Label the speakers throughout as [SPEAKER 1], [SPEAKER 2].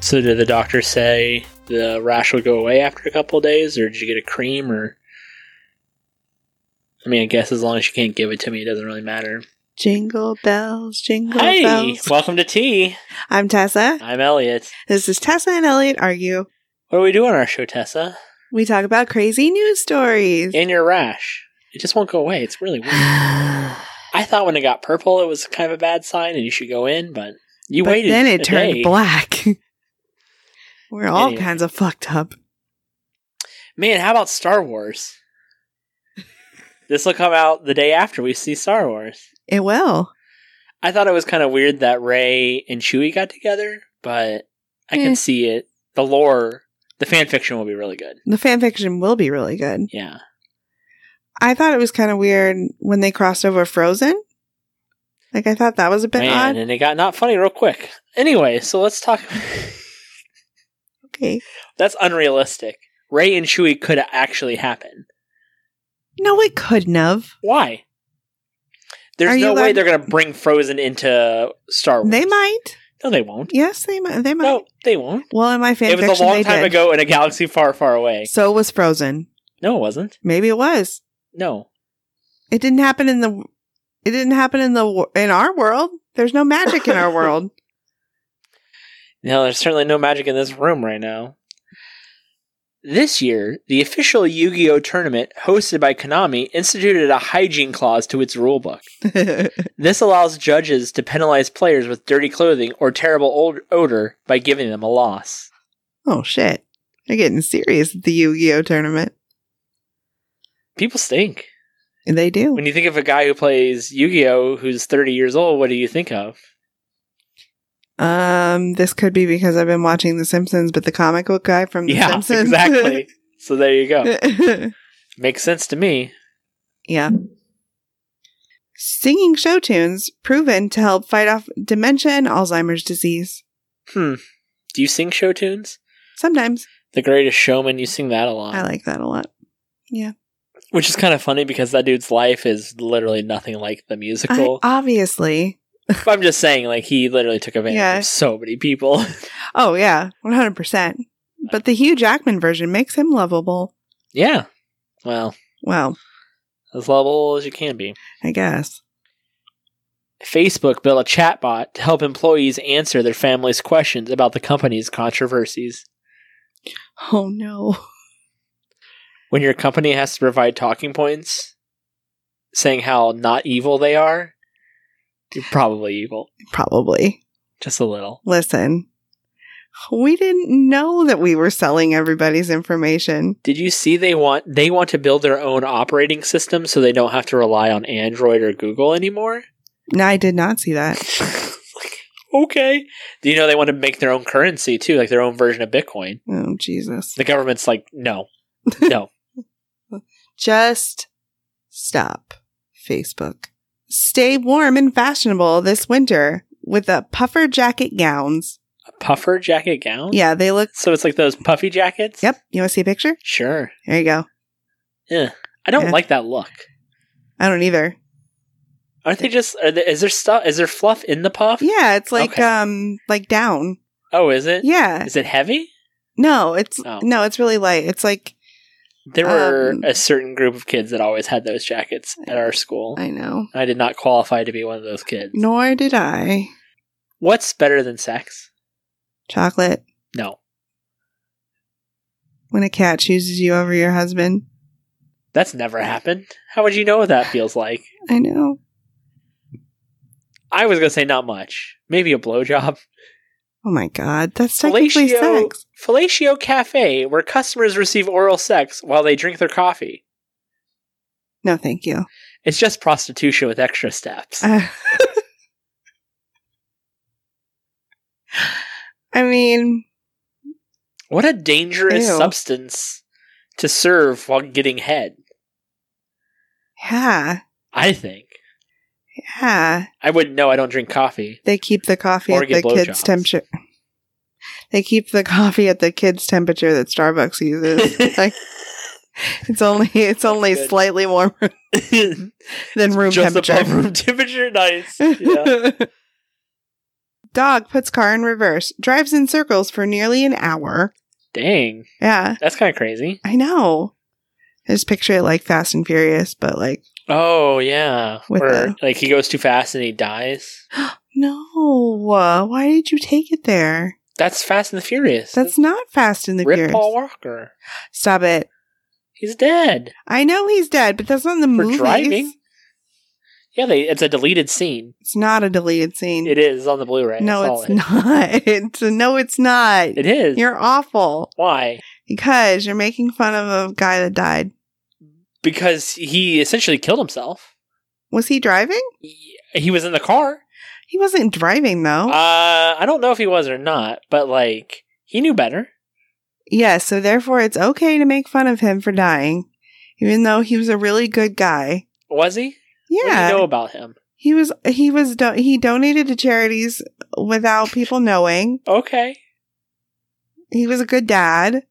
[SPEAKER 1] So did the doctor say the rash would go away after a couple days, or did you get a cream? Or I mean, I guess as long as you can't give it to me, it doesn't really matter.
[SPEAKER 2] Jingle bells, jingle
[SPEAKER 1] hey,
[SPEAKER 2] bells.
[SPEAKER 1] welcome to tea.
[SPEAKER 2] I'm Tessa.
[SPEAKER 1] I'm Elliot.
[SPEAKER 2] This is Tessa and Elliot Argue.
[SPEAKER 1] What do we do on our show, Tessa?
[SPEAKER 2] We talk about crazy news stories.
[SPEAKER 1] In your rash, it just won't go away. It's really weird. I thought when it got purple, it was kind of a bad sign, and you should go in, but you
[SPEAKER 2] but
[SPEAKER 1] waited.
[SPEAKER 2] then it
[SPEAKER 1] a
[SPEAKER 2] turned
[SPEAKER 1] day.
[SPEAKER 2] black. We're all
[SPEAKER 1] Anyway.
[SPEAKER 2] kinds of fucked up.
[SPEAKER 1] Man, how about Star Wars? this will come out the day after we see Star Wars.
[SPEAKER 2] It will.
[SPEAKER 1] I thought it was kind of weird that Ray and Chewie got together, but I
[SPEAKER 2] Eh.
[SPEAKER 1] can see it. The lore, the fan fiction will be really good.
[SPEAKER 2] The fan fiction will be really good.
[SPEAKER 1] Yeah.
[SPEAKER 2] I thought it was kind of weird when they crossed over Frozen. Like I thought that was a bit
[SPEAKER 1] Man,
[SPEAKER 2] odd.
[SPEAKER 1] and it got not funny real quick. Anyway, so let's talk.
[SPEAKER 2] Okay.
[SPEAKER 1] That's unrealistic. Ray and Chewie could actually happen.
[SPEAKER 2] No, it couldn't have.
[SPEAKER 1] Why? There's
[SPEAKER 2] Are you
[SPEAKER 1] no way
[SPEAKER 2] allowed-
[SPEAKER 1] they're going to bring Frozen into Star Wars.
[SPEAKER 2] They might.
[SPEAKER 1] No, they won't.
[SPEAKER 2] Yes, they might. They might.
[SPEAKER 1] No, they won't.
[SPEAKER 2] Well, in my fan
[SPEAKER 1] It
[SPEAKER 2] fiction,
[SPEAKER 1] was a long
[SPEAKER 2] they
[SPEAKER 1] time
[SPEAKER 2] did.
[SPEAKER 1] ago in a galaxy far, far away.
[SPEAKER 2] So was Frozen.
[SPEAKER 1] No, it wasn't.
[SPEAKER 2] Maybe it was.
[SPEAKER 1] No.
[SPEAKER 2] It didn't happen in the. It didn't happen in the wor- in our world. There's no magic in our world.
[SPEAKER 1] No, there's certainly no magic in this room right now. This year, the official Yu Gi Oh! tournament hosted by Konami instituted a hygiene clause to its rulebook. This allows judges to penalize players with dirty clothing or terrible old odor by giving them a loss.
[SPEAKER 2] oh shit! They're getting serious at the Yu-Gi-Oh tournament.
[SPEAKER 1] People stink.
[SPEAKER 2] They do.
[SPEAKER 1] When you think of a guy who plays Yu Gi Oh! who's 30 years old, what do you think of?
[SPEAKER 2] Um, this could be because I've been watching The Simpsons, but the comic book guy from The
[SPEAKER 1] yeah,
[SPEAKER 2] Simpsons,
[SPEAKER 1] exactly. Oh. so there you go.
[SPEAKER 2] exactly.
[SPEAKER 1] Makes sense to me.
[SPEAKER 2] yeah. Singing show tunes proven to help fight off dementia and Alzheimer's disease.
[SPEAKER 1] Hmm. Do you sing show tunes?
[SPEAKER 2] Sometimes
[SPEAKER 1] The Greatest Showman, you sing that a lot.
[SPEAKER 2] I like that a lot.
[SPEAKER 1] Which is kind of funny because that dude's life is literally nothing like the musical.
[SPEAKER 2] I, obviously,
[SPEAKER 1] But I'm just saying, like, he literally took advantage
[SPEAKER 2] Yeah.
[SPEAKER 1] of so many people.
[SPEAKER 2] Oh yeah, one hundred percent. But the Hugh Jackman version makes him lovable.
[SPEAKER 1] yeah. Well,
[SPEAKER 2] Well,
[SPEAKER 1] as level as you can be.
[SPEAKER 2] I guess.
[SPEAKER 1] Facebook built a chatbot to help employees answer their families' questions about the company's controversies.
[SPEAKER 2] Oh no.
[SPEAKER 1] When your company has to provide talking points saying how not evil they are, you're probably evil.
[SPEAKER 2] Probably.
[SPEAKER 1] Just a little.
[SPEAKER 2] Listen. We didn't know that we were selling everybody's information.
[SPEAKER 1] Did you see they want they want to build their own operating system so they don't have to rely on Android or Google anymore?
[SPEAKER 2] No, I did not see that.
[SPEAKER 1] Like, okay. Do you know they want to make their own currency too, like their own version of Bitcoin?
[SPEAKER 2] Oh Jesus.
[SPEAKER 1] The government's like, no, no.
[SPEAKER 2] Just stop, Facebook. Stay warm and fashionable this winter with the puffer jacket gowns.
[SPEAKER 1] A puffer jacket gown?
[SPEAKER 2] Yeah, they look
[SPEAKER 1] So it's like those puffy jackets?
[SPEAKER 2] Yep, you want to see a picture?
[SPEAKER 1] Sure.
[SPEAKER 2] There you go.
[SPEAKER 1] I don't
[SPEAKER 2] Yeah.
[SPEAKER 1] like that look.
[SPEAKER 2] I don't either.
[SPEAKER 1] Aren't they just? Are there, is there stuff? Is there fluff in the puff?
[SPEAKER 2] Yeah, it's like
[SPEAKER 1] Okay.
[SPEAKER 2] um like down.
[SPEAKER 1] Oh, is it?
[SPEAKER 2] Yeah.
[SPEAKER 1] Is it heavy?
[SPEAKER 2] No, it's
[SPEAKER 1] Oh.
[SPEAKER 2] no, it's really light. It's like
[SPEAKER 1] There were
[SPEAKER 2] Um,
[SPEAKER 1] a certain group of kids that always had those jackets at our school.
[SPEAKER 2] I know.
[SPEAKER 1] I did not qualify to be one of those kids.
[SPEAKER 2] Nor did I.
[SPEAKER 1] What's better than sex?
[SPEAKER 2] Chocolate
[SPEAKER 1] No.
[SPEAKER 2] when a cat chooses you over your husband.
[SPEAKER 1] That's never happened. How would you know what that feels like?
[SPEAKER 2] I know.
[SPEAKER 1] I was gonna say not much. Maybe a blowjob.
[SPEAKER 2] Oh my god, that's technically
[SPEAKER 1] Fellatio,
[SPEAKER 2] sex.
[SPEAKER 1] Fellatio Cafe, where customers receive oral sex while they drink their coffee.
[SPEAKER 2] No, thank you.
[SPEAKER 1] It's just prostitution with extra steps.
[SPEAKER 2] Uh, I mean,
[SPEAKER 1] What a dangerous
[SPEAKER 2] Ew.
[SPEAKER 1] substance to serve while getting head.
[SPEAKER 2] yeah,
[SPEAKER 1] I think
[SPEAKER 2] yeah.
[SPEAKER 1] I wouldn't know. I don't drink coffee.
[SPEAKER 2] They keep the coffee
[SPEAKER 1] Or
[SPEAKER 2] at the
[SPEAKER 1] get
[SPEAKER 2] kids'
[SPEAKER 1] blowjobs.
[SPEAKER 2] temperature. They keep the coffee at the kids' temperature that Starbucks uses. like it's only it's only
[SPEAKER 1] good.
[SPEAKER 2] slightly warmer
[SPEAKER 1] Just
[SPEAKER 2] than room temperature.
[SPEAKER 1] above room temperature. Nice. Yeah.
[SPEAKER 2] Dog puts car in reverse, drives in circles for nearly an hour.
[SPEAKER 1] Dang,
[SPEAKER 2] Yeah,
[SPEAKER 1] that's kind of crazy.
[SPEAKER 2] I know. I just picture it like Fast and Furious, but like,
[SPEAKER 1] Oh yeah,
[SPEAKER 2] With
[SPEAKER 1] Where,
[SPEAKER 2] the-
[SPEAKER 1] like he goes too fast and he dies.
[SPEAKER 2] no, uh, why did you take it there?
[SPEAKER 1] That's Fast and the Furious.
[SPEAKER 2] That's not Fast and the
[SPEAKER 1] Rip
[SPEAKER 2] Furious.
[SPEAKER 1] Paul Walker.
[SPEAKER 2] Stop it.
[SPEAKER 1] He's dead
[SPEAKER 2] I know he's dead, but that's not in the
[SPEAKER 1] for
[SPEAKER 2] movie.
[SPEAKER 1] driving. Yeah, they, it's a deleted scene.
[SPEAKER 2] It's not a deleted scene.
[SPEAKER 1] It is on the Blu-ray. I
[SPEAKER 2] no,
[SPEAKER 1] saw
[SPEAKER 2] it's
[SPEAKER 1] it.
[SPEAKER 2] not. no, it's not.
[SPEAKER 1] It is.
[SPEAKER 2] You're awful
[SPEAKER 1] Why?
[SPEAKER 2] because you're making fun of a guy that died.
[SPEAKER 1] Because he essentially killed himself.
[SPEAKER 2] Was he driving?
[SPEAKER 1] He, he was in the car.
[SPEAKER 2] He wasn't driving though.
[SPEAKER 1] Uh, I don't know if he was or not, but like he knew better.
[SPEAKER 2] yeah, so therefore it's okay to make fun of him for dying, even though he was a really good guy.
[SPEAKER 1] Was he? What do
[SPEAKER 2] Yeah,
[SPEAKER 1] you know about him?
[SPEAKER 2] he was. He was. Do- he donated to charities without people knowing.
[SPEAKER 1] Okay,
[SPEAKER 2] He was a good dad.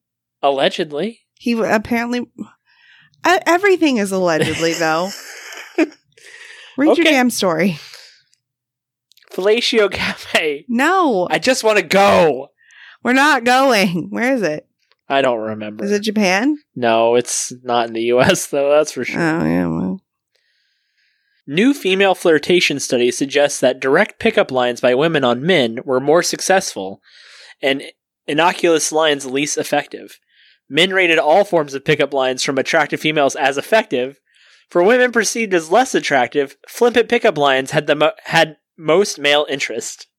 [SPEAKER 1] allegedly.
[SPEAKER 2] He w- apparently. Uh, everything is allegedly though. Read your
[SPEAKER 1] Okay.
[SPEAKER 2] damn story.
[SPEAKER 1] Fellatio Cafe.
[SPEAKER 2] No,
[SPEAKER 1] I just want to go.
[SPEAKER 2] we're not going. Where is it?
[SPEAKER 1] I don't remember.
[SPEAKER 2] Is it Japan?
[SPEAKER 1] no, it's not in the U.S. though. That's for sure.
[SPEAKER 2] Oh yeah. Well.
[SPEAKER 1] New female flirtation study suggests that direct pickup lines by women on men were more successful and innocuous lines least effective. Men rated all forms of pickup lines from attractive females as effective. For women perceived as less attractive, flippant pickup lines had the mo- had most male interest.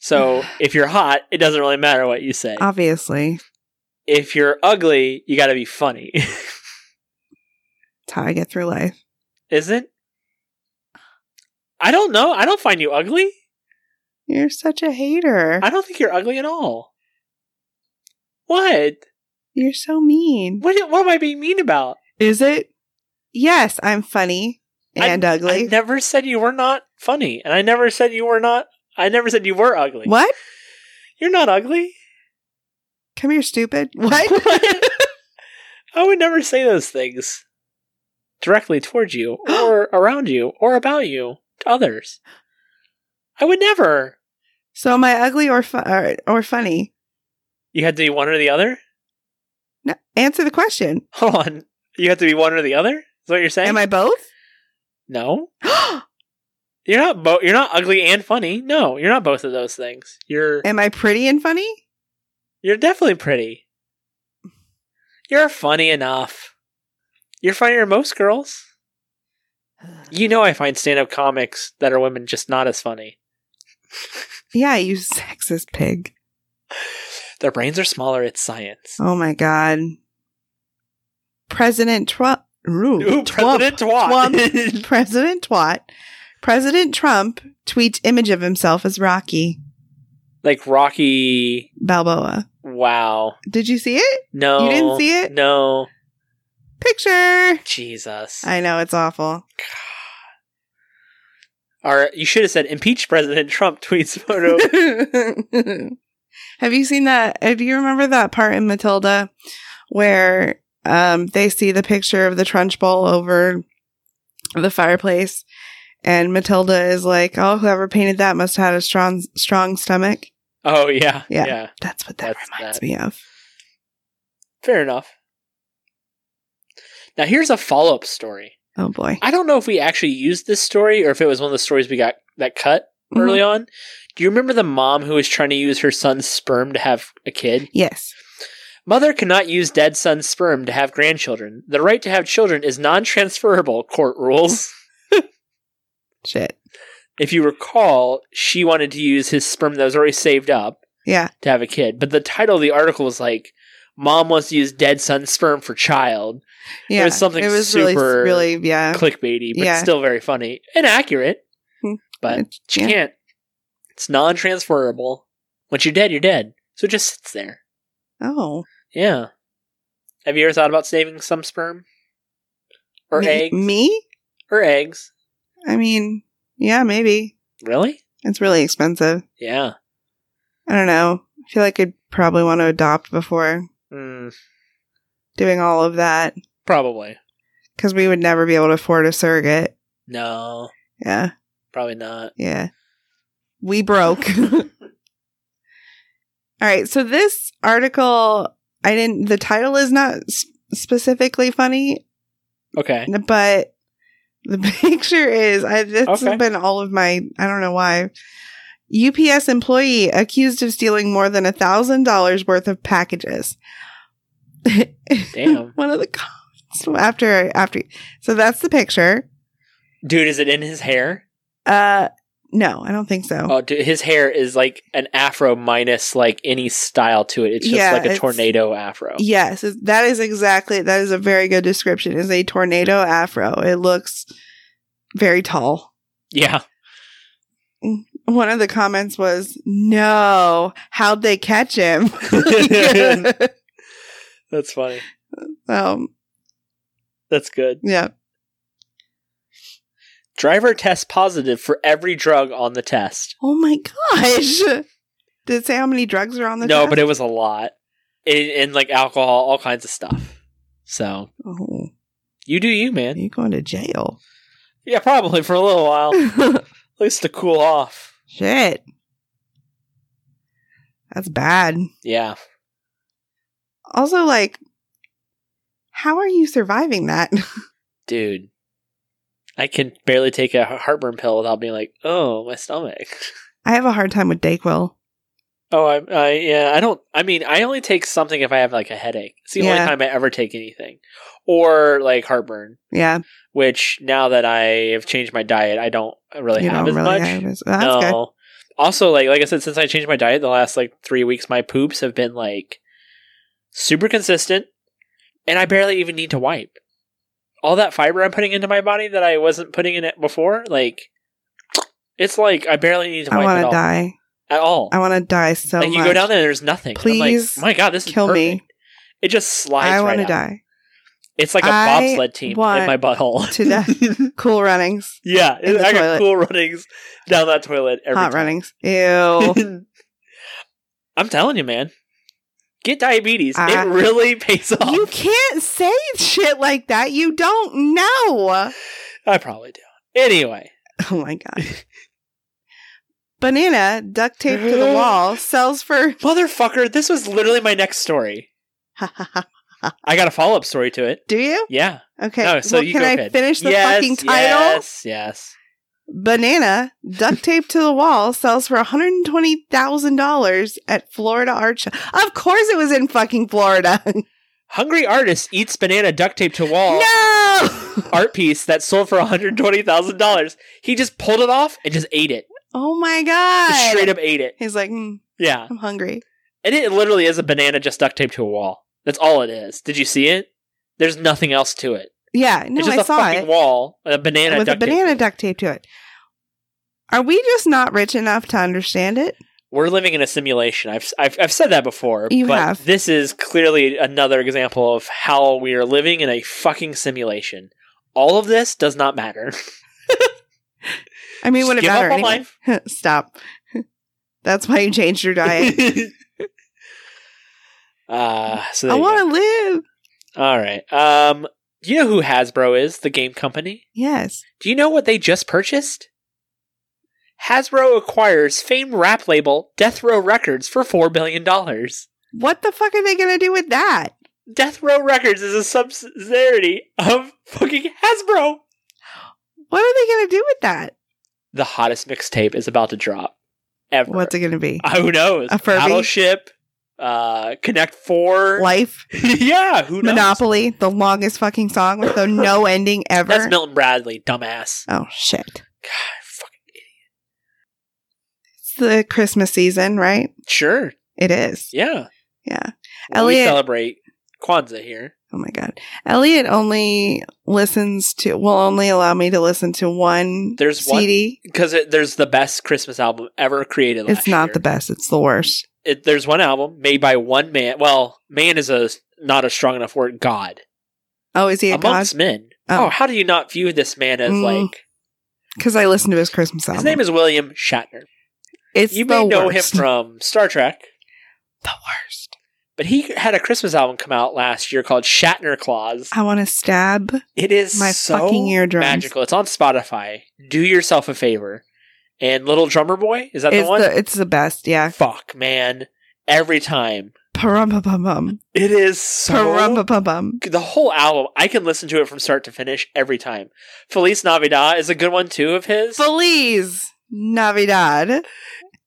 [SPEAKER 1] So, if you're hot, it doesn't really matter what you say.
[SPEAKER 2] Uh. Obviously,
[SPEAKER 1] if you're ugly, you got to be funny.
[SPEAKER 2] that's how I get through life.
[SPEAKER 1] Is it? I don't know. I don't find you ugly.
[SPEAKER 2] You're such a hater.
[SPEAKER 1] I don't think you're ugly at all. What?
[SPEAKER 2] You're so mean.
[SPEAKER 1] What, what am I being mean about?
[SPEAKER 2] Is it? Yes, I'm funny
[SPEAKER 1] I-
[SPEAKER 2] and
[SPEAKER 1] I
[SPEAKER 2] ugly.
[SPEAKER 1] never said you were not funny, and I never said you were not. I never said you were ugly.
[SPEAKER 2] what?
[SPEAKER 1] You're not ugly.
[SPEAKER 2] Come here, stupid. What?
[SPEAKER 1] I would never say those things directly towards you, or around you, or about you to others. I would never.
[SPEAKER 2] so am I ugly or fu- or, or funny?
[SPEAKER 1] You had to be one or the other.
[SPEAKER 2] No, answer the question.
[SPEAKER 1] Hold on. You have to be one or the other. Is what you're saying?
[SPEAKER 2] Am I both?
[SPEAKER 1] No. You're not bo- you're not ugly and funny. No, you're not both of those things. You're
[SPEAKER 2] am I pretty and funny?
[SPEAKER 1] you're definitely pretty. You're funny enough. You're funnier than most girls. You know I find stand-up comics that are women just not as funny.
[SPEAKER 2] Yeah, you sexist pig.
[SPEAKER 1] Their brains are smaller, it's science.
[SPEAKER 2] Oh my god. President Trump. Oh,
[SPEAKER 1] Ooh, President Twat.
[SPEAKER 2] Twump. President Twat. President Trump tweets image of himself as Rocky
[SPEAKER 1] like Rocky
[SPEAKER 2] Balboa.
[SPEAKER 1] Wow.
[SPEAKER 2] Did you see it?
[SPEAKER 1] No.
[SPEAKER 2] You didn't see it?
[SPEAKER 1] No.
[SPEAKER 2] Picture.
[SPEAKER 1] Jesus.
[SPEAKER 2] I know it's awful.
[SPEAKER 1] Or you should have said impeach President Trump tweets photo.
[SPEAKER 2] Have you seen that? uh, Do you remember that part in Matilda where um, they see the picture of the Trunch Bowl over the fireplace? And Matilda is like, oh, whoever painted that must have had a strong, strong stomach.
[SPEAKER 1] oh yeah.
[SPEAKER 2] Yeah.
[SPEAKER 1] Yeah.
[SPEAKER 2] That's what that
[SPEAKER 1] That's
[SPEAKER 2] reminds
[SPEAKER 1] that.
[SPEAKER 2] me of.
[SPEAKER 1] Fair enough. Now here's a follow up story.
[SPEAKER 2] Oh boy.
[SPEAKER 1] I don't know if we actually used this story or if it was one of the stories we got that cut
[SPEAKER 2] Mm-hmm.
[SPEAKER 1] early on. Do you remember the mom who was trying to use her son's sperm to have a kid?
[SPEAKER 2] Mm-hmm. Yes.
[SPEAKER 1] Mother cannot use dead son's sperm to have grandchildren. The right to have children is non transferable, court rules.
[SPEAKER 2] Shit.
[SPEAKER 1] If you recall, she wanted to use his sperm that was already saved up
[SPEAKER 2] Yeah.
[SPEAKER 1] to have a kid. But the title of the article was like, Mom wants to use dead son's sperm for child.
[SPEAKER 2] Yeah.
[SPEAKER 1] was something super-
[SPEAKER 2] really, really, yeah.
[SPEAKER 1] clickbaity, but
[SPEAKER 2] Uh, Yeah.
[SPEAKER 1] still very funny and accurate.
[SPEAKER 2] Hmm.
[SPEAKER 1] But
[SPEAKER 2] It's-
[SPEAKER 1] she
[SPEAKER 2] yeah.
[SPEAKER 1] can't. It's non transferable. Once you're dead, you're dead. So it just sits there.
[SPEAKER 2] Oh.
[SPEAKER 1] Yeah. Have you ever thought about saving some sperm? Or
[SPEAKER 2] me,
[SPEAKER 1] eggs?
[SPEAKER 2] Me?
[SPEAKER 1] Or eggs.
[SPEAKER 2] I mean, yeah, maybe.
[SPEAKER 1] Really?
[SPEAKER 2] It's really expensive.
[SPEAKER 1] Yeah.
[SPEAKER 2] I don't know. I feel like I'd probably want to adopt before
[SPEAKER 1] Mm,
[SPEAKER 2] doing all of that
[SPEAKER 1] probably.
[SPEAKER 2] because we would never be able to afford a surrogate.
[SPEAKER 1] No,
[SPEAKER 2] Yeah,
[SPEAKER 1] probably not.
[SPEAKER 2] yeah. we broke. All right, so this article, I didn't. The title is not s- specifically funny,
[SPEAKER 1] Okay.
[SPEAKER 2] but the picture is. I, this
[SPEAKER 1] Okay.
[SPEAKER 2] has been all of my. I don't know why. UPS employee accused of stealing more than a thousand dollars worth of packages.
[SPEAKER 1] Damn.
[SPEAKER 2] One of the comments after after. So that's the picture.
[SPEAKER 1] Dude, is it in his hair?
[SPEAKER 2] Uh, no, I don't think so.
[SPEAKER 1] Oh, dude, his hair is like an afro minus like any style to it. It's just
[SPEAKER 2] Yeah,
[SPEAKER 1] like a
[SPEAKER 2] it's-
[SPEAKER 1] tornado afro.
[SPEAKER 2] Yes, it- that is exactly that is a very good description. Is a tornado afro. It looks very tall.
[SPEAKER 1] Yeah.
[SPEAKER 2] One of the comments was, "No, how'd they catch him?"
[SPEAKER 1] That's funny.
[SPEAKER 2] um,
[SPEAKER 1] That's good.
[SPEAKER 2] yeah,
[SPEAKER 1] Driver tests positive for every drug on the test.
[SPEAKER 2] Oh my gosh. Did it say how many drugs are on the
[SPEAKER 1] no,
[SPEAKER 2] test?
[SPEAKER 1] but it was a lot. And, and like alcohol, all kinds of stuff. So
[SPEAKER 2] oh,
[SPEAKER 1] you do you, man.
[SPEAKER 2] you're going to jail.
[SPEAKER 1] Yeah, probably for a little while. At least to cool off.
[SPEAKER 2] Shit, that's bad.
[SPEAKER 1] Yeah.
[SPEAKER 2] Also, like, how are you surviving that?
[SPEAKER 1] Dude. I can barely take a heartburn pill without being like, oh, my stomach.
[SPEAKER 2] I have a hard time with Dayquil.
[SPEAKER 1] Oh, I, I yeah, I don't. I mean, I only take something if I have like a headache. It's the only
[SPEAKER 2] Yeah.
[SPEAKER 1] time I ever take anything, or like heartburn.
[SPEAKER 2] Yeah.
[SPEAKER 1] Which now that I have changed my diet, I don't really
[SPEAKER 2] you
[SPEAKER 1] have
[SPEAKER 2] don't
[SPEAKER 1] as
[SPEAKER 2] really
[SPEAKER 1] much.
[SPEAKER 2] have as well, that's good.
[SPEAKER 1] no. Also, like like I said, since I changed my diet the last like three weeks, my poops have been like super consistent, and I barely even need to wipe. All that fiber I'm putting into my body that I wasn't putting in it before, like it's like I barely need to
[SPEAKER 2] I
[SPEAKER 1] wipe
[SPEAKER 2] want
[SPEAKER 1] at
[SPEAKER 2] to
[SPEAKER 1] all.
[SPEAKER 2] die.
[SPEAKER 1] At all,
[SPEAKER 2] I want to die so
[SPEAKER 1] like
[SPEAKER 2] much.
[SPEAKER 1] you go down there, and there's nothing. I'm like,
[SPEAKER 2] Please
[SPEAKER 1] my God, this is
[SPEAKER 2] Kill me.
[SPEAKER 1] perfect. It just slides.
[SPEAKER 2] I want
[SPEAKER 1] right
[SPEAKER 2] to
[SPEAKER 1] out.
[SPEAKER 2] die.
[SPEAKER 1] It's like a
[SPEAKER 2] I
[SPEAKER 1] bobsled team in
[SPEAKER 2] want
[SPEAKER 1] my butthole.
[SPEAKER 2] to die. Cool runnings.
[SPEAKER 1] yeah,
[SPEAKER 2] In the
[SPEAKER 1] I got
[SPEAKER 2] toilet.
[SPEAKER 1] cool runnings down that toilet every
[SPEAKER 2] Hot
[SPEAKER 1] time. Oh.
[SPEAKER 2] runnings. Ew.
[SPEAKER 1] I'm telling you, man. Get diabetes.
[SPEAKER 2] I-
[SPEAKER 1] it really pays off.
[SPEAKER 2] Ah. you can't say shit like that. You don't know.
[SPEAKER 1] I probably do. Anyway,
[SPEAKER 2] Oh my god. Banana duct taped to the wall sells for.
[SPEAKER 1] motherfucker, this was literally my next story. I got a follow up story to it.
[SPEAKER 2] Do you?
[SPEAKER 1] Yeah.
[SPEAKER 2] Okay.
[SPEAKER 1] No, Oh, so
[SPEAKER 2] well,
[SPEAKER 1] you
[SPEAKER 2] can
[SPEAKER 1] go
[SPEAKER 2] I
[SPEAKER 1] ahead.
[SPEAKER 2] finish the
[SPEAKER 1] yes,
[SPEAKER 2] fucking title?
[SPEAKER 1] Yes, yes.
[SPEAKER 2] Banana duct taped to the wall sells for $120,000 at Florida art show. Of course it was in fucking Florida.
[SPEAKER 1] Hungry artist eats banana duct tape to wall.
[SPEAKER 2] no!
[SPEAKER 1] art piece that sold for $120,000. He just pulled it off and just ate it.
[SPEAKER 2] Oh my
[SPEAKER 1] Just
[SPEAKER 2] god.
[SPEAKER 1] straight up ate it.
[SPEAKER 2] He's like, "Mm,
[SPEAKER 1] Yeah.
[SPEAKER 2] I'm hungry.
[SPEAKER 1] And it literally is a banana just duct taped to a wall. That's all it is. Did you see it? There's nothing else to it.
[SPEAKER 2] Yeah, no,
[SPEAKER 1] it's just
[SPEAKER 2] I
[SPEAKER 1] a
[SPEAKER 2] saw
[SPEAKER 1] fucking
[SPEAKER 2] it
[SPEAKER 1] wall and a banana
[SPEAKER 2] with a
[SPEAKER 1] duct tape.
[SPEAKER 2] banana duct tape to it. Are we just not rich enough to understand it?
[SPEAKER 1] We're living in a simulation. I've, I've, I've said that before.
[SPEAKER 2] You
[SPEAKER 1] but
[SPEAKER 2] have.
[SPEAKER 1] This is clearly another example of how we are living in a fucking simulation. All of this does not matter.
[SPEAKER 2] I mean,
[SPEAKER 1] Just
[SPEAKER 2] would it
[SPEAKER 1] give up
[SPEAKER 2] matter
[SPEAKER 1] on
[SPEAKER 2] anyway? Stop. That's why you changed your diet.
[SPEAKER 1] life. uh, so there
[SPEAKER 2] I
[SPEAKER 1] you go.
[SPEAKER 2] want to live.
[SPEAKER 1] All right. Um, do you know who Hasbro is, the game company?
[SPEAKER 2] Yes.
[SPEAKER 1] Do you know what they just purchased? Hasbro acquires famed rap label Death Row Records for $4 billion.
[SPEAKER 2] What the fuck are they going to do with that?
[SPEAKER 1] Death Row Records is a subsidiary of fucking Hasbro.
[SPEAKER 2] What are they going to do with that?
[SPEAKER 1] The hottest mixtape is about to drop ever.
[SPEAKER 2] What's it going to be?
[SPEAKER 1] Who knows?
[SPEAKER 2] A Furby?
[SPEAKER 1] Battleship, uh, Connect 4.
[SPEAKER 2] Life,
[SPEAKER 1] yeah, who knows?
[SPEAKER 2] Monopoly, the longest fucking song with the no ending ever.
[SPEAKER 1] That's Milton Bradley, dumbass.
[SPEAKER 2] oh shit!
[SPEAKER 1] God, fucking
[SPEAKER 2] It's the Christmas season, right?
[SPEAKER 1] sure.
[SPEAKER 2] It is.
[SPEAKER 1] Yeah.
[SPEAKER 2] Yeah.
[SPEAKER 1] Well, we
[SPEAKER 2] Elliot-
[SPEAKER 1] celebrate Kwanzaa here.
[SPEAKER 2] Oh my god. Elliot only listens to will only allow me to listen to one
[SPEAKER 1] There's one-
[SPEAKER 2] CD.
[SPEAKER 1] because there's the best Christmas album ever created. Last
[SPEAKER 2] It's not
[SPEAKER 1] year.
[SPEAKER 2] the best. It's the worst.
[SPEAKER 1] It, there's one album made by one man. Well, man is a not a strong enough word. God
[SPEAKER 2] Oh, is he a god?
[SPEAKER 1] amongst men.
[SPEAKER 2] Oh.
[SPEAKER 1] Oh. how do you not view this man as
[SPEAKER 2] Mm,
[SPEAKER 1] like
[SPEAKER 2] Because I listened to his Christmas album.
[SPEAKER 1] his name is William Shatner?
[SPEAKER 2] It's
[SPEAKER 1] you
[SPEAKER 2] the
[SPEAKER 1] may know
[SPEAKER 2] worst.
[SPEAKER 1] him from Star Trek,
[SPEAKER 2] the worst.
[SPEAKER 1] but he had a Christmas album come out last year called Shatner Claws.
[SPEAKER 2] I want to stab
[SPEAKER 1] It is
[SPEAKER 2] Oh, my
[SPEAKER 1] so
[SPEAKER 2] fucking eardrums.
[SPEAKER 1] magical. It's on Spotify. Do yourself a favor and Little Drummer Boy. Is that
[SPEAKER 2] It's
[SPEAKER 1] the one?
[SPEAKER 2] the it's the best, yeah.
[SPEAKER 1] Fuck, man. Every time.
[SPEAKER 2] Parum pum bum.
[SPEAKER 1] It is so.
[SPEAKER 2] Parum pum bum.
[SPEAKER 1] the whole album, I can listen to it from start to finish every time. Feliz Navidad is a good one too of his.
[SPEAKER 2] Feliz Navidad.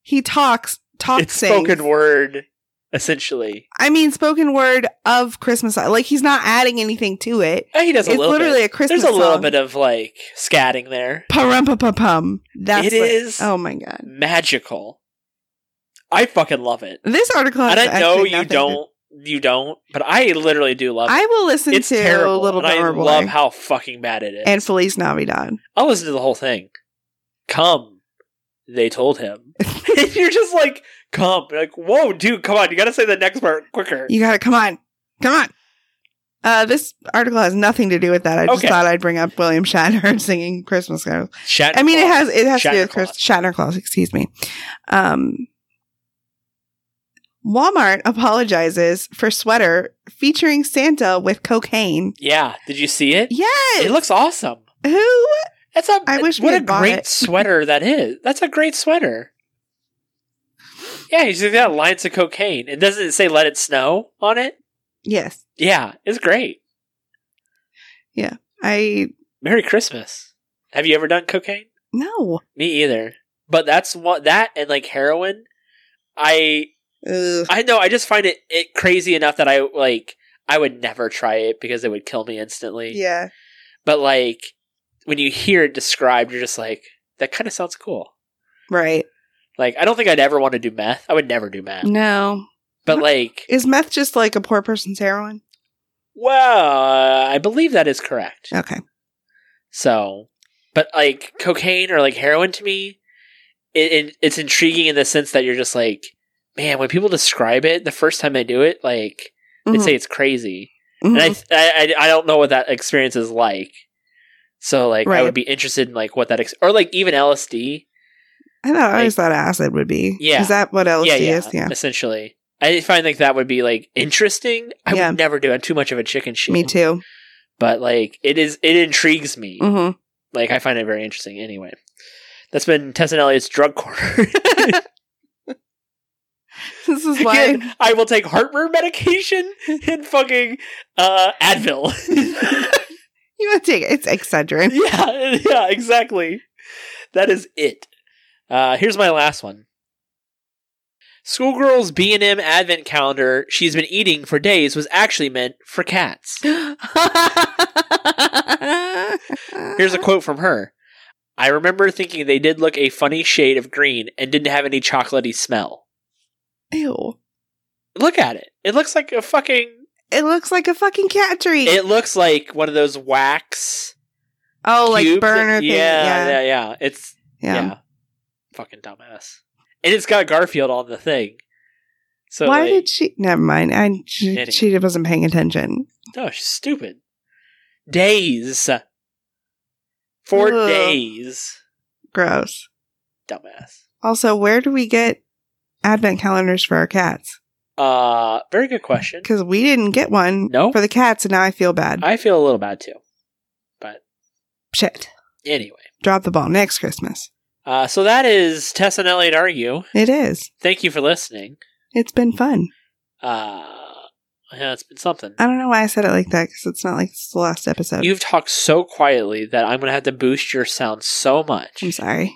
[SPEAKER 2] He talks talks
[SPEAKER 1] it's spoken word, essentially.
[SPEAKER 2] I mean spoken word of Christmas. Like he's not adding anything to it.
[SPEAKER 1] Eh, He does a
[SPEAKER 2] It's
[SPEAKER 1] little
[SPEAKER 2] literally
[SPEAKER 1] bit.
[SPEAKER 2] a Christmas
[SPEAKER 1] There's a little
[SPEAKER 2] song.
[SPEAKER 1] bit of like scatting there.
[SPEAKER 2] Parum pum pum. That's
[SPEAKER 1] It
[SPEAKER 2] what-
[SPEAKER 1] is-
[SPEAKER 2] Oh my god.
[SPEAKER 1] Magical. I fucking love it.
[SPEAKER 2] This article has
[SPEAKER 1] And I know
[SPEAKER 2] actually
[SPEAKER 1] you
[SPEAKER 2] nothing to-
[SPEAKER 1] don't you don't, but I literally do love it.
[SPEAKER 2] I will listen
[SPEAKER 1] It's
[SPEAKER 2] to
[SPEAKER 1] terrible.
[SPEAKER 2] Little
[SPEAKER 1] and I
[SPEAKER 2] Drummer Boy
[SPEAKER 1] love how fucking bad it is.
[SPEAKER 2] and Feliz Navidad.
[SPEAKER 1] I'll listen to the whole thing. Come, they told him. and you're just like, come. You're like, whoa, dude, come on. You got to say the next part quicker.
[SPEAKER 2] You gotta come on, come on. Uh, this article has nothing to do with that. I just
[SPEAKER 1] Okay.
[SPEAKER 2] thought I'd bring up William Shatner singing Christmas carols.
[SPEAKER 1] Shatner
[SPEAKER 2] I mean, it
[SPEAKER 1] Claus.
[SPEAKER 2] has it has to do
[SPEAKER 1] Shatner
[SPEAKER 2] with Chris, Shatner Claus. Excuse me. Um, Walmart apologizes for sweater featuring Santa with cocaine.
[SPEAKER 1] Yeah. Did you see it?
[SPEAKER 2] Yes,
[SPEAKER 1] It looks awesome.
[SPEAKER 2] who?
[SPEAKER 1] That's a
[SPEAKER 2] I wish we
[SPEAKER 1] what a
[SPEAKER 2] had bought
[SPEAKER 1] great
[SPEAKER 2] it.
[SPEAKER 1] sweater that is. That's a great sweater. Yeah, he's got lines of cocaine. And doesn't it say "Let It Snow" on it?
[SPEAKER 2] Yes,
[SPEAKER 1] Yeah, it's great.
[SPEAKER 2] I
[SPEAKER 1] Merry Christmas. Have you ever done cocaine?
[SPEAKER 2] no.
[SPEAKER 1] Me either. But that's what that and like heroin. I
[SPEAKER 2] Ugh.
[SPEAKER 1] I know. I just find it, it crazy enough that I like. I would never try it because it would kill me instantly.
[SPEAKER 2] Yeah,
[SPEAKER 1] But like when you hear it described, you're just like, that kind of sounds cool.
[SPEAKER 2] right.
[SPEAKER 1] Like I don't think I'd ever want to do meth. I would never do meth.
[SPEAKER 2] No,
[SPEAKER 1] But like,
[SPEAKER 2] is meth just like a poor person's heroin?
[SPEAKER 1] well, I believe that is correct.
[SPEAKER 2] Okay.
[SPEAKER 1] So, but like cocaine or like heroin to me, it, it it's intriguing in the sense that you're just like, man, when people describe it the first time they do it, like they
[SPEAKER 2] Mhm.
[SPEAKER 1] say it's crazy.
[SPEAKER 2] Mhm.
[SPEAKER 1] and I, th- I I I don't know what that experience is like. So like I
[SPEAKER 2] Right.
[SPEAKER 1] would be interested in like what that ex- or like even LSD.
[SPEAKER 2] I thought I always thought acid would be.
[SPEAKER 1] Yeah.
[SPEAKER 2] Is that what LSD
[SPEAKER 1] yeah, yeah,
[SPEAKER 2] is? Yeah.
[SPEAKER 1] essentially. I find like that would be like interesting. I
[SPEAKER 2] Yeah.
[SPEAKER 1] would never do. it. I'm too much of a chicken shit.
[SPEAKER 2] Me too.
[SPEAKER 1] But like it is, it intrigues me.
[SPEAKER 2] hmm
[SPEAKER 1] Like I find it very interesting. Anyway, that's been Tess and Elliot's drug corner.
[SPEAKER 2] This is why.
[SPEAKER 1] Again, I will take heartburn medication and fucking uh, Advil.
[SPEAKER 2] You want to take it. It's Excedrin.
[SPEAKER 1] yeah, yeah, exactly. That is it. Uh, here's my last one. Schoolgirl's B&M advent calendar she's been eating for days was actually meant for cats. Here's a quote from her. I remember thinking they did look a funny shade of green and didn't have any chocolatey smell.
[SPEAKER 2] Ew.
[SPEAKER 1] Look at it. It looks like a fucking
[SPEAKER 2] It looks like a fucking cat treat.
[SPEAKER 1] it looks like one of those wax
[SPEAKER 2] oh, like
[SPEAKER 1] cubes.
[SPEAKER 2] burner thing.
[SPEAKER 1] yeah,
[SPEAKER 2] Yeah. Yeah.
[SPEAKER 1] yeah, yeah. It's Yeah. Fucking dumbass. And it's got Garfield on the thing. So
[SPEAKER 2] Why
[SPEAKER 1] like,
[SPEAKER 2] did she? Never mind. I, she,
[SPEAKER 1] Idiot.
[SPEAKER 2] she wasn't paying attention.
[SPEAKER 1] no, oh, she's stupid. Days. Four
[SPEAKER 2] Ugh.
[SPEAKER 1] days.
[SPEAKER 2] Gross.
[SPEAKER 1] Dumbass.
[SPEAKER 2] Also, where do we get advent calendars for our cats?
[SPEAKER 1] Uh very good question.
[SPEAKER 2] Because we didn't get one
[SPEAKER 1] No.
[SPEAKER 2] for the cats, and now I feel bad.
[SPEAKER 1] I feel a little bad too.
[SPEAKER 2] Shit.
[SPEAKER 1] Anyway.
[SPEAKER 2] Drop the ball next Christmas.
[SPEAKER 1] Uh so that is Tess and Elliot Argue.
[SPEAKER 2] It is.
[SPEAKER 1] Thank you for listening.
[SPEAKER 2] It's been fun.
[SPEAKER 1] Uh yeah, it's been something.
[SPEAKER 2] I don't know why I said it like that because it's not like it's the last episode.
[SPEAKER 1] You've talked so quietly that I'm gonna have to boost your sound so much.
[SPEAKER 2] I'm sorry.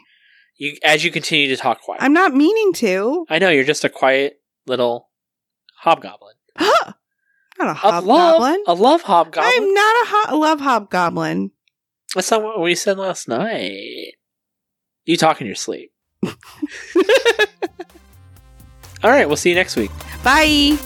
[SPEAKER 1] You as you continue to talk quietly.
[SPEAKER 2] I'm not meaning to.
[SPEAKER 1] I know you're just a quiet little hobgoblin.
[SPEAKER 2] not a
[SPEAKER 1] I love,
[SPEAKER 2] hobgoblin.
[SPEAKER 1] I love hobgoblin.
[SPEAKER 2] I'm not a ho- love hobgoblin.
[SPEAKER 1] That's not what we said last night. You talk in your sleep. All right, we'll see you next week.
[SPEAKER 2] Bye.